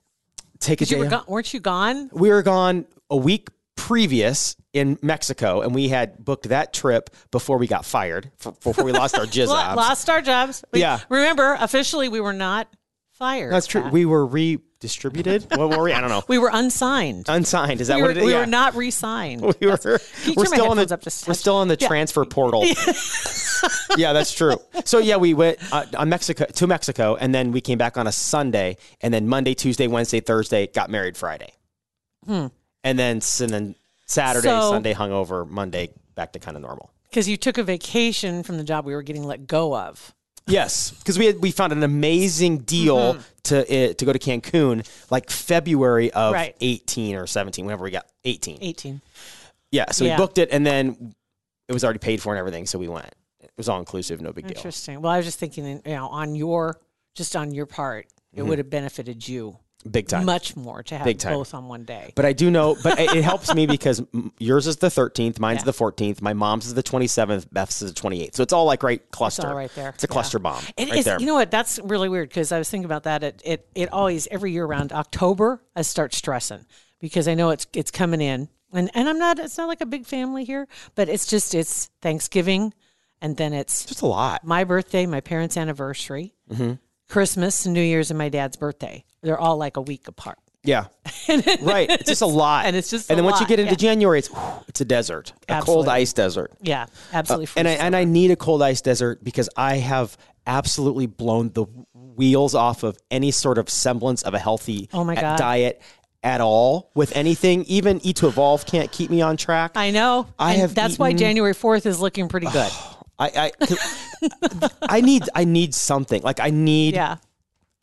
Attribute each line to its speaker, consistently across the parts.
Speaker 1: Take a
Speaker 2: Because you
Speaker 1: day
Speaker 2: were
Speaker 1: off.
Speaker 2: gone, weren't you gone?
Speaker 1: we were gone a week previous in Mexico, and we had booked that trip before we got fired, f- before we lost our jizz
Speaker 2: Lo-
Speaker 1: abs.
Speaker 2: Lost our jobs. We-
Speaker 1: Yeah.
Speaker 2: Remember, officially, we were not fired.
Speaker 1: That's true.
Speaker 2: Pat.
Speaker 1: We were redistributed. what were we? I don't know.
Speaker 2: we were unsigned.
Speaker 1: Unsigned. Is that
Speaker 2: we
Speaker 1: what
Speaker 2: were,
Speaker 1: it is?
Speaker 2: we
Speaker 1: Yeah.
Speaker 2: were not re-signed.
Speaker 1: We were,
Speaker 2: you
Speaker 1: we're
Speaker 2: turn my
Speaker 1: still on
Speaker 2: headphones
Speaker 1: the
Speaker 2: up just a
Speaker 1: we're
Speaker 2: touch?
Speaker 1: still on the
Speaker 2: Yeah.
Speaker 1: transfer portal. yeah, that's true. So yeah, we went uh, on Mexico to Mexico, and then we came back on a Sunday, and then Monday, Tuesday, Wednesday, Thursday, got married Friday, and then s- and then Saturday,
Speaker 2: Hmm. So-
Speaker 1: Sunday, hungover, Monday, back to kind of normal.
Speaker 2: Because you took a vacation from the job we were getting let go of.
Speaker 1: Yes, because we had, we found an amazing deal
Speaker 2: Mm-hmm.
Speaker 1: to uh, to go to Cancun like February of
Speaker 2: Right.
Speaker 1: eighteen or seventeen, whenever we got eighteen.
Speaker 2: 18.
Speaker 1: Yeah, so
Speaker 2: Yeah.
Speaker 1: we booked it, and then it was already paid for and everything, so we went. It was all inclusive, no big deal.
Speaker 2: Interesting. Well, I was just thinking, you know, on your, just on your part, it
Speaker 1: Mm-hmm.
Speaker 2: would have benefited you
Speaker 1: Big time.
Speaker 2: much more to have
Speaker 1: Big time.
Speaker 2: both on one day.
Speaker 1: But I do know, but it, it helps me because m- yours is the 13th, mine's
Speaker 2: Yeah.
Speaker 1: the 14th, my mom's is the 27th, Beth's is the 28th. So it's all like right cluster.
Speaker 2: all right there.
Speaker 1: It's a
Speaker 2: Yeah.
Speaker 1: cluster bomb.
Speaker 2: It
Speaker 1: right
Speaker 2: is-
Speaker 1: there.
Speaker 2: You know what? That's really weird because I was thinking about that. It, it it always every year around October I start stressing because I know it's it's coming in and and I'm not. It's not like a big family here, but it's just it's Thanksgiving, and then it's
Speaker 1: just a lot.
Speaker 2: my birthday, my parents' anniversary,
Speaker 1: Mm-hmm.
Speaker 2: Christmas, New Year's, and my dad's birthday. They're all like a week apart.
Speaker 1: Yeah. right. It's just a lot.
Speaker 2: and it's just
Speaker 1: And
Speaker 2: a
Speaker 1: then once you
Speaker 2: lot,
Speaker 1: get into
Speaker 2: yeah.
Speaker 1: January, it's whew, it's a desert. A cold
Speaker 2: Absolutely.
Speaker 1: ice desert.
Speaker 2: Yeah, absolutely.
Speaker 1: Uh, and I
Speaker 2: freezing.
Speaker 1: and I need a cold ice desert because I have absolutely blown the wheels off of any sort of semblance of a healthy
Speaker 2: Oh my
Speaker 1: a-
Speaker 2: God.
Speaker 1: diet at all with anything. Even Eat to Evolve can't keep me on track.
Speaker 2: I know.
Speaker 1: I
Speaker 2: and
Speaker 1: have
Speaker 2: That's why
Speaker 1: eaten-
Speaker 2: January fourth is looking pretty good.
Speaker 1: I I, I need I need something. Like I need
Speaker 2: yeah.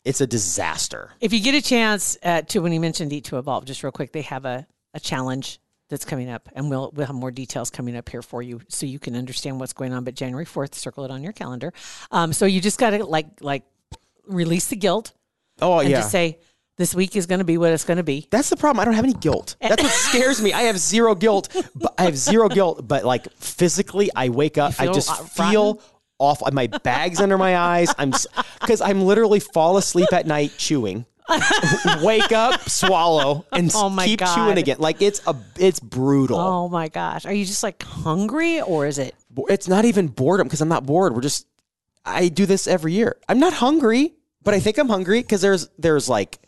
Speaker 1: it's a disaster.
Speaker 2: If you get a chance uh, to, when you mentioned Eat to Evolve, just real quick, they have a, a challenge that's coming up, and we'll we'll have more details coming up here for you, so you can understand what's going on. But January fourth, circle it on your calendar. Um, so you just got to like like release the guilt
Speaker 1: Oh
Speaker 2: and
Speaker 1: yeah.
Speaker 2: just say this week is going to be what it's going to be.
Speaker 1: That's the problem. I don't have any guilt. That's what scares me. I have zero guilt. But I have zero guilt. But like physically, I wake up. I
Speaker 2: feel,
Speaker 1: just
Speaker 2: uh,
Speaker 1: feel off. My bags under my eyes. I'm because I'm literally fall asleep at night chewing. wake up, swallow, and
Speaker 2: Oh my
Speaker 1: keep
Speaker 2: God.
Speaker 1: chewing again. Like it's a it's brutal.
Speaker 2: Oh my gosh, are you just like hungry, or is it?
Speaker 1: It's not even boredom because I'm not bored. We're just I do this every year. I'm not hungry, but I think I'm hungry because there's there's like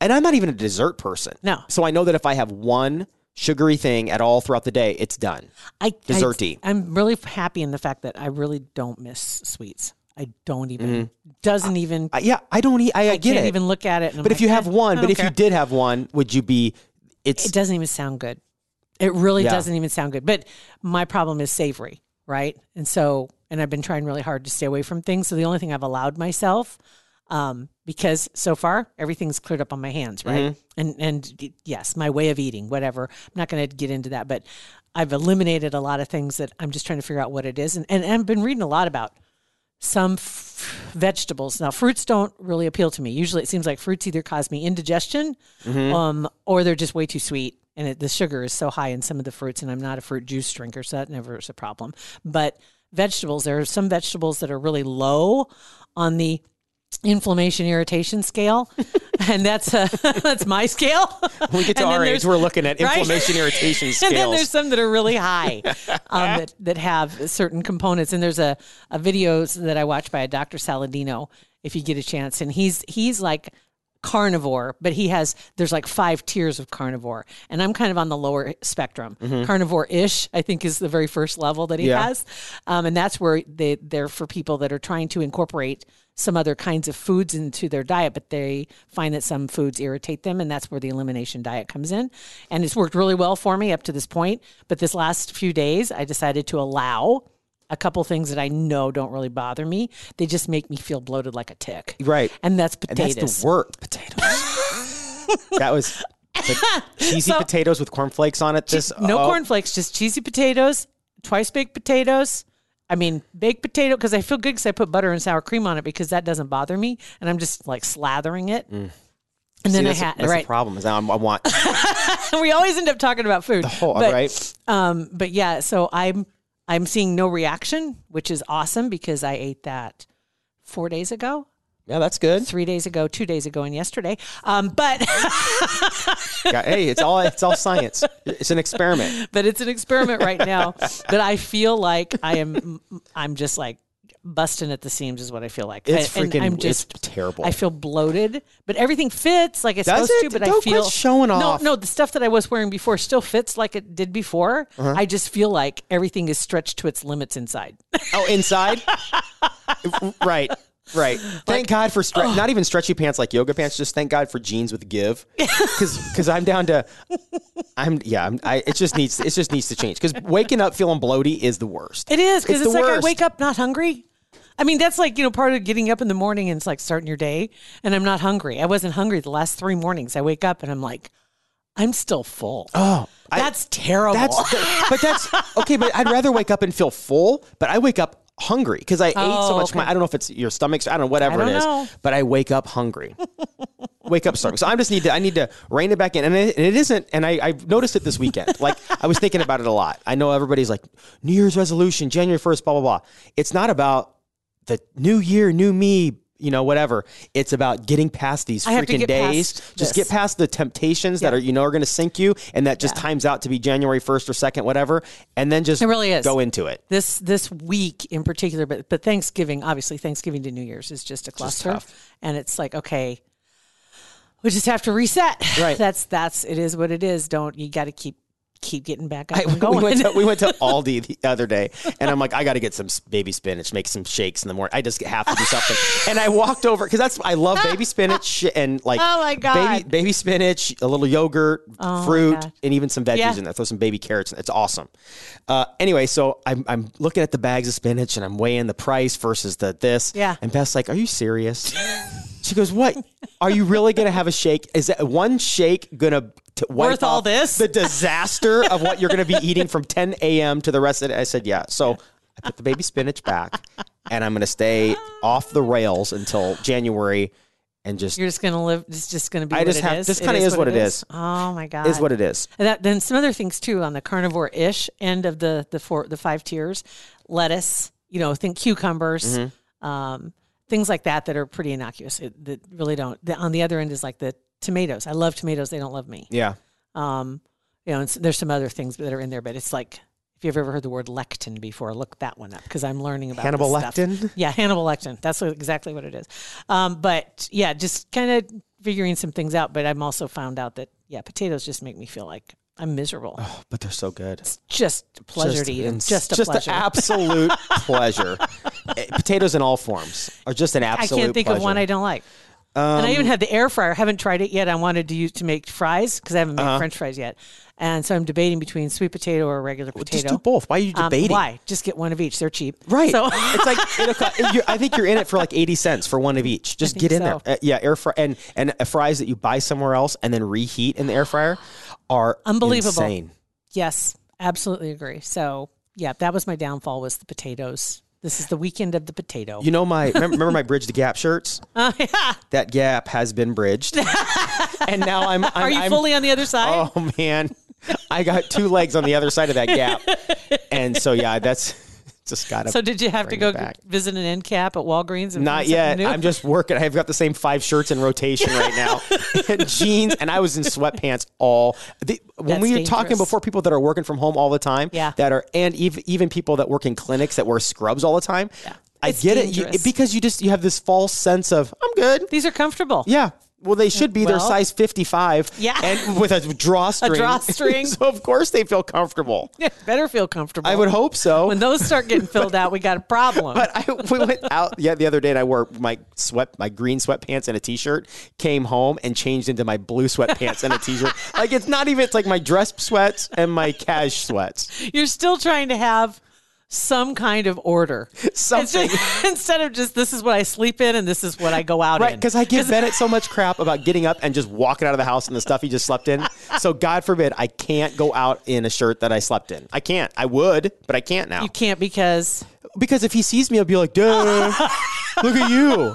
Speaker 1: and I'm not even a dessert person.
Speaker 2: No.
Speaker 1: So I know that if I have one sugary thing at all throughout the day, it's done.
Speaker 2: I I-
Speaker 1: Desserty.
Speaker 2: I'm really happy in the fact that I really don't miss sweets. I don't even doesn't even
Speaker 1: Mm-hmm. I, yeah, I don't eat I, I
Speaker 2: I
Speaker 1: get
Speaker 2: can't
Speaker 1: it.
Speaker 2: even look at it. and I'm
Speaker 1: but if
Speaker 2: like,
Speaker 1: you have
Speaker 2: "Eh,
Speaker 1: one,
Speaker 2: I
Speaker 1: but
Speaker 2: don't
Speaker 1: if you
Speaker 2: care."
Speaker 1: did have one, would you be it's
Speaker 2: it doesn't even sound good. It really
Speaker 1: Yeah.
Speaker 2: doesn't even sound good. But my problem is savory, right? And so, and I've been trying really hard to stay away from things. So the only thing I've allowed myself, um, because so far everything's cleared up on my hands, right?
Speaker 1: Mm-hmm.
Speaker 2: And and yes, my way of eating, whatever. I'm not going to get into that, but I've eliminated a lot of things that I'm just trying to figure out what it is. And and, and I've been reading a lot about some f- vegetables. Now, fruits don't really appeal to me. Usually, it seems like fruits either cause me indigestion, um, or they're just way too sweet, and it, the sugar is so high in some of the fruits. And I'm not a fruit juice drinker, so that never is a problem. But vegetables, there are some vegetables that are really low on the inflammation irritation scale, and that's uh, that's my scale.
Speaker 1: When we get to
Speaker 2: And then
Speaker 1: our age,
Speaker 2: there's-
Speaker 1: we're looking at
Speaker 2: right?
Speaker 1: inflammation irritation scales.
Speaker 2: And then there's some that are really high um, that, that have certain components. And there's a, a video that I watched by a Dr. Saladino, if you get a chance. And he's he's like carnivore, but he has there's like five tiers of carnivore. And I'm kind of on the lower spectrum. Carnivore ish, I think, is the very first level that he
Speaker 1: Yeah.
Speaker 2: has. Um, and that's where they, they're for people that are trying to incorporate some other kinds of foods into their diet, but they find that some foods irritate them, and that's where the elimination diet comes in. And it's worked really well for me up to this point. But this last few days, I decided to allow a couple things that I know don't really bother me. They just make me feel bloated like a tick.
Speaker 1: Right.
Speaker 2: And that's
Speaker 1: And
Speaker 2: potatoes.
Speaker 1: That's the word. Potatoes. that was like cheesy potatoes with cornflakes on it. This
Speaker 2: no
Speaker 1: oh,
Speaker 2: cornflakes, just cheesy potatoes, twice baked potatoes. I mean, baked potato because I feel good because I put butter and sour cream on it because that doesn't bother me, and I'm just like slathering it. And
Speaker 1: Mm. See,
Speaker 2: then I
Speaker 1: that's,
Speaker 2: had
Speaker 1: that's
Speaker 2: right.
Speaker 1: the problem. Is now I'm, I want the
Speaker 2: we always end up talking about food. The
Speaker 1: whole.
Speaker 2: but,
Speaker 1: right.
Speaker 2: Um, but yeah, so I'm I'm seeing no reaction, which is awesome because I ate that four days ago,
Speaker 1: Yeah, that's good.
Speaker 2: three days ago, two days ago, and yesterday. Um, but
Speaker 1: Yeah, hey, it's all it's all science. It's an experiment.
Speaker 2: but it's an experiment right now. but I feel like I am I'm just like busting at the seams is what I feel like.
Speaker 1: It's
Speaker 2: And- and
Speaker 1: freaking-
Speaker 2: I'm
Speaker 1: it's
Speaker 2: just
Speaker 1: terrible.
Speaker 2: I feel bloated, but everything fits like it's
Speaker 1: Does
Speaker 2: supposed
Speaker 1: it?
Speaker 2: to. But I
Speaker 1: Don't quit
Speaker 2: feel
Speaker 1: showing off.
Speaker 2: No, no, the stuff that I was wearing before still fits like it did before.
Speaker 1: Uh-huh.
Speaker 2: I just feel like everything is stretched to its limits inside.
Speaker 1: Oh, inside. right. Right. Thank God for stre-
Speaker 2: oh.
Speaker 1: not even stretchy pants like yoga pants. Just thank God for jeans with give, because I'm down to, I'm yeah. I'm, I it just needs it just needs to change. Because waking up feeling bloaty is the worst.
Speaker 2: It is because it's,
Speaker 1: the
Speaker 2: like I
Speaker 1: worst.
Speaker 2: wake up not hungry. I mean, that's like you know part of getting up in the morning and it's like starting your day. And I'm not hungry. I wasn't hungry the last three mornings. I wake up and I'm like, I'm still full. Oh,
Speaker 1: I-
Speaker 2: that's terrible.
Speaker 1: That's the- but that's okay. But I'd rather wake up and feel full. But I wake up hungry because I ate so
Speaker 2: Oh,
Speaker 1: much.
Speaker 2: okay.
Speaker 1: My, I don't know if it's your stomach's. I don't know whatever
Speaker 2: I
Speaker 1: it
Speaker 2: don't
Speaker 1: is.
Speaker 2: know.
Speaker 1: But I wake up hungry. wake up starving. So I just need to. I need to rein it back in. And it, it isn't. And I, I noticed it this weekend. Like I was thinking about it a lot. I know everybody's like New Year's resolution, January first, blah blah blah. It's not about the new year, new me. You know, whatever. It's about getting past these
Speaker 2: I have to
Speaker 1: freaking
Speaker 2: get
Speaker 1: days.
Speaker 2: past
Speaker 1: Just
Speaker 2: this.
Speaker 1: get past the temptations that
Speaker 2: Yeah.
Speaker 1: are you know are going to sink you, and that just times out to be January first or second, whatever, and then just
Speaker 2: It really is.
Speaker 1: go into it.
Speaker 2: this this week in particular, but but Thanksgiving, obviously Thanksgiving to New Year's is just a cluster, and it's like okay, we just have to reset.
Speaker 1: Right.
Speaker 2: That's that's it is what it is. Don't you got to keep keep getting back up
Speaker 1: I,
Speaker 2: and
Speaker 1: we,
Speaker 2: going.
Speaker 1: went to, we went to Aldi the other day, and I'm like, I got to get some s- baby spinach, make some shakes in the morning. I just have to do something. and I walked over because that's I love baby spinach sh- and like
Speaker 2: Oh my
Speaker 1: baby
Speaker 2: God.
Speaker 1: baby spinach, a little yogurt, fruit,
Speaker 2: God.
Speaker 1: and even some veggies
Speaker 2: Yeah.
Speaker 1: in there. Throw some baby carrots. in there. It's awesome. Uh, anyway, so I'm I'm looking at the bags of spinach and I'm weighing the price versus the this.
Speaker 2: Yeah.
Speaker 1: And Beth's like, Are you serious? She goes, "What? Are you really gonna have a shake? Is that one shake gonna t- wipe
Speaker 2: Worth all
Speaker 1: off
Speaker 2: this?
Speaker 1: The disaster of what you're gonna be eating from 10 a.m. to the rest of it." I said, "Yeah." So I put the baby spinach back, and I'm gonna stay off the rails until January, and just
Speaker 2: You're just gonna live. It's just gonna be.
Speaker 1: I
Speaker 2: what
Speaker 1: just
Speaker 2: it
Speaker 1: have-
Speaker 2: is.
Speaker 1: this kinda is what it is.
Speaker 2: Oh my god.
Speaker 1: is what it is.
Speaker 2: And that, then some other things too on the carnivore ish end of the the four the five tiers, lettuce. You know, think cucumbers,
Speaker 1: Mm-hmm.
Speaker 2: um, things like that that are pretty innocuous. It, that really don't. The, on the other end is like the tomatoes. I love tomatoes. They don't love me.
Speaker 1: Yeah,
Speaker 2: Um, you know, and s there's some other things that are in there, but it's like. If you've ever heard the word lectin before, look that one up because I'm learning about this
Speaker 1: Hannibal
Speaker 2: stuff.
Speaker 1: Lectin?
Speaker 2: Yeah, Hannibal Lectin. That's what, exactly what it is. Um, but yeah, just kind of figuring some things out. But I'm also found out that yeah, potatoes just make me feel like I'm miserable.
Speaker 1: but they're so good.
Speaker 2: just a pleasure
Speaker 1: Oh, Just
Speaker 2: to eat. them.
Speaker 1: ins-
Speaker 2: Just a
Speaker 1: just
Speaker 2: pleasure.
Speaker 1: an absolute pleasure. Eh, Potatoes in all forms are just an
Speaker 2: I
Speaker 1: absolute.
Speaker 2: can't think of one
Speaker 1: pleasure. Um,
Speaker 2: I don't like. and I even had the air fryer. haven't tried it yet. I wanted to use to make fries because I haven't made
Speaker 1: Uh-huh.
Speaker 2: French fries yet, and so I'm debating between sweet potato or regular potato.
Speaker 1: Just do both. Why are you
Speaker 2: Um,
Speaker 1: debating?
Speaker 2: why? Just get one of each. They're cheap.
Speaker 1: Right.
Speaker 2: So
Speaker 1: it's like it'll co- you I think you're in it for like eighty cents for one of each. Just get in
Speaker 2: so.
Speaker 1: there. Uh, yeah, air fry and and uh, fries that you buy somewhere else and then reheat in the air fryer are
Speaker 2: Unbelievable.
Speaker 1: Insane.
Speaker 2: yes, absolutely agree. So yeah, that was my downfall was the potatoes. This is the weekend of the potato.
Speaker 1: You know my remember, remember my bridge the gap shirts.
Speaker 2: Oh,
Speaker 1: That gap has been bridged, and now I'm. I'm
Speaker 2: Are you
Speaker 1: I'm-
Speaker 2: fully on the other side?
Speaker 1: Oh man, I got two legs on the other side of that gap, and so yeah, that's Just got to.
Speaker 2: So did you have to
Speaker 1: bring
Speaker 2: go
Speaker 1: it back.
Speaker 2: visit an end cap at Walgreens? And
Speaker 1: Not
Speaker 2: find something
Speaker 1: yet.
Speaker 2: new?
Speaker 1: I'm just working. I've got the same five shirts in rotation right now, and jeans, and I was in sweatpants all. The, when
Speaker 2: That's
Speaker 1: we were talking
Speaker 2: dangerous.
Speaker 1: before, people that are working from home all the time,
Speaker 2: Yeah.
Speaker 1: that are, and even, even people that work in clinics that wear scrubs all the time. Yeah. I
Speaker 2: It's
Speaker 1: get it, you,
Speaker 2: dangerous.
Speaker 1: because you just you have this false sense of I'm good.
Speaker 2: These are comfortable.
Speaker 1: Yeah. Well, they should be. their
Speaker 2: Well-
Speaker 1: size 55.
Speaker 2: Yeah.
Speaker 1: And with a drawstring.
Speaker 2: drawstring.
Speaker 1: so, of course, they feel comfortable.
Speaker 2: Better feel comfortable.
Speaker 1: I would hope so.
Speaker 2: When those start getting filled out, we got a problem.
Speaker 1: but I, we went out yeah, the other day and I wore my sweat, my green sweatpants and a t shirt, came home and changed into my blue sweatpants and a t shirt. Like, it's not even, it's like my dress sweats and my cash sweats.
Speaker 2: You're still trying to have some kind of order.
Speaker 1: Something.
Speaker 2: It's just- instead of just this is what I sleep in and this is what I go out
Speaker 1: Right,
Speaker 2: in.
Speaker 1: because I give Bennett so much crap about getting up and just walking out of the house and the stuff he just slept in. So God forbid I can't go out in a shirt that I slept in. I can't. I would, but I can't now.
Speaker 2: you can't because
Speaker 1: because if he sees me, he'll be like, "Dude, look at you,"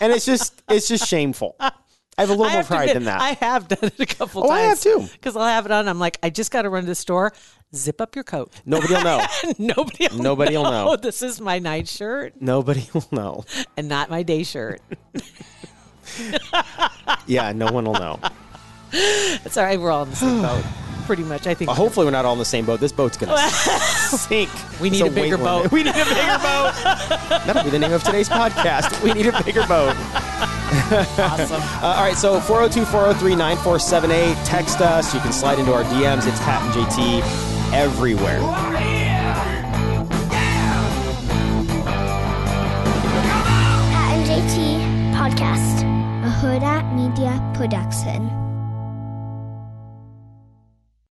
Speaker 1: and it's just it's just shameful. I have a little
Speaker 2: I
Speaker 1: more
Speaker 2: have to
Speaker 1: pride
Speaker 2: admit,
Speaker 1: than that.
Speaker 2: I have done it a couple
Speaker 1: Oh, I have
Speaker 2: times.
Speaker 1: too.
Speaker 2: Because I'll have it on. I'm like, I just got to run to the store. Zip up your coat.
Speaker 1: Nobody'll know.
Speaker 2: Nobody. Will
Speaker 1: Nobody'll know.
Speaker 2: This is my night shirt
Speaker 1: Nobody will know.
Speaker 2: and not my day shirt.
Speaker 1: Yeah, no one will know.
Speaker 2: It's all right. We're all in the same boat, pretty much. I think.
Speaker 1: Uh, Hopefully, we're not all in the same boat. This boat's gonna sink.
Speaker 2: We
Speaker 1: It's
Speaker 2: need a bigger
Speaker 1: weight limit.
Speaker 2: boat.
Speaker 1: We need a bigger boat. That'll be the name of today's podcast. We need a bigger boat.
Speaker 2: awesome.
Speaker 1: Uh, all right, so 402 403 9478. Text us. You can slide into our DMs. It's Pat and JT everywhere.
Speaker 3: Pat and JT Podcast, a Huda Media Production.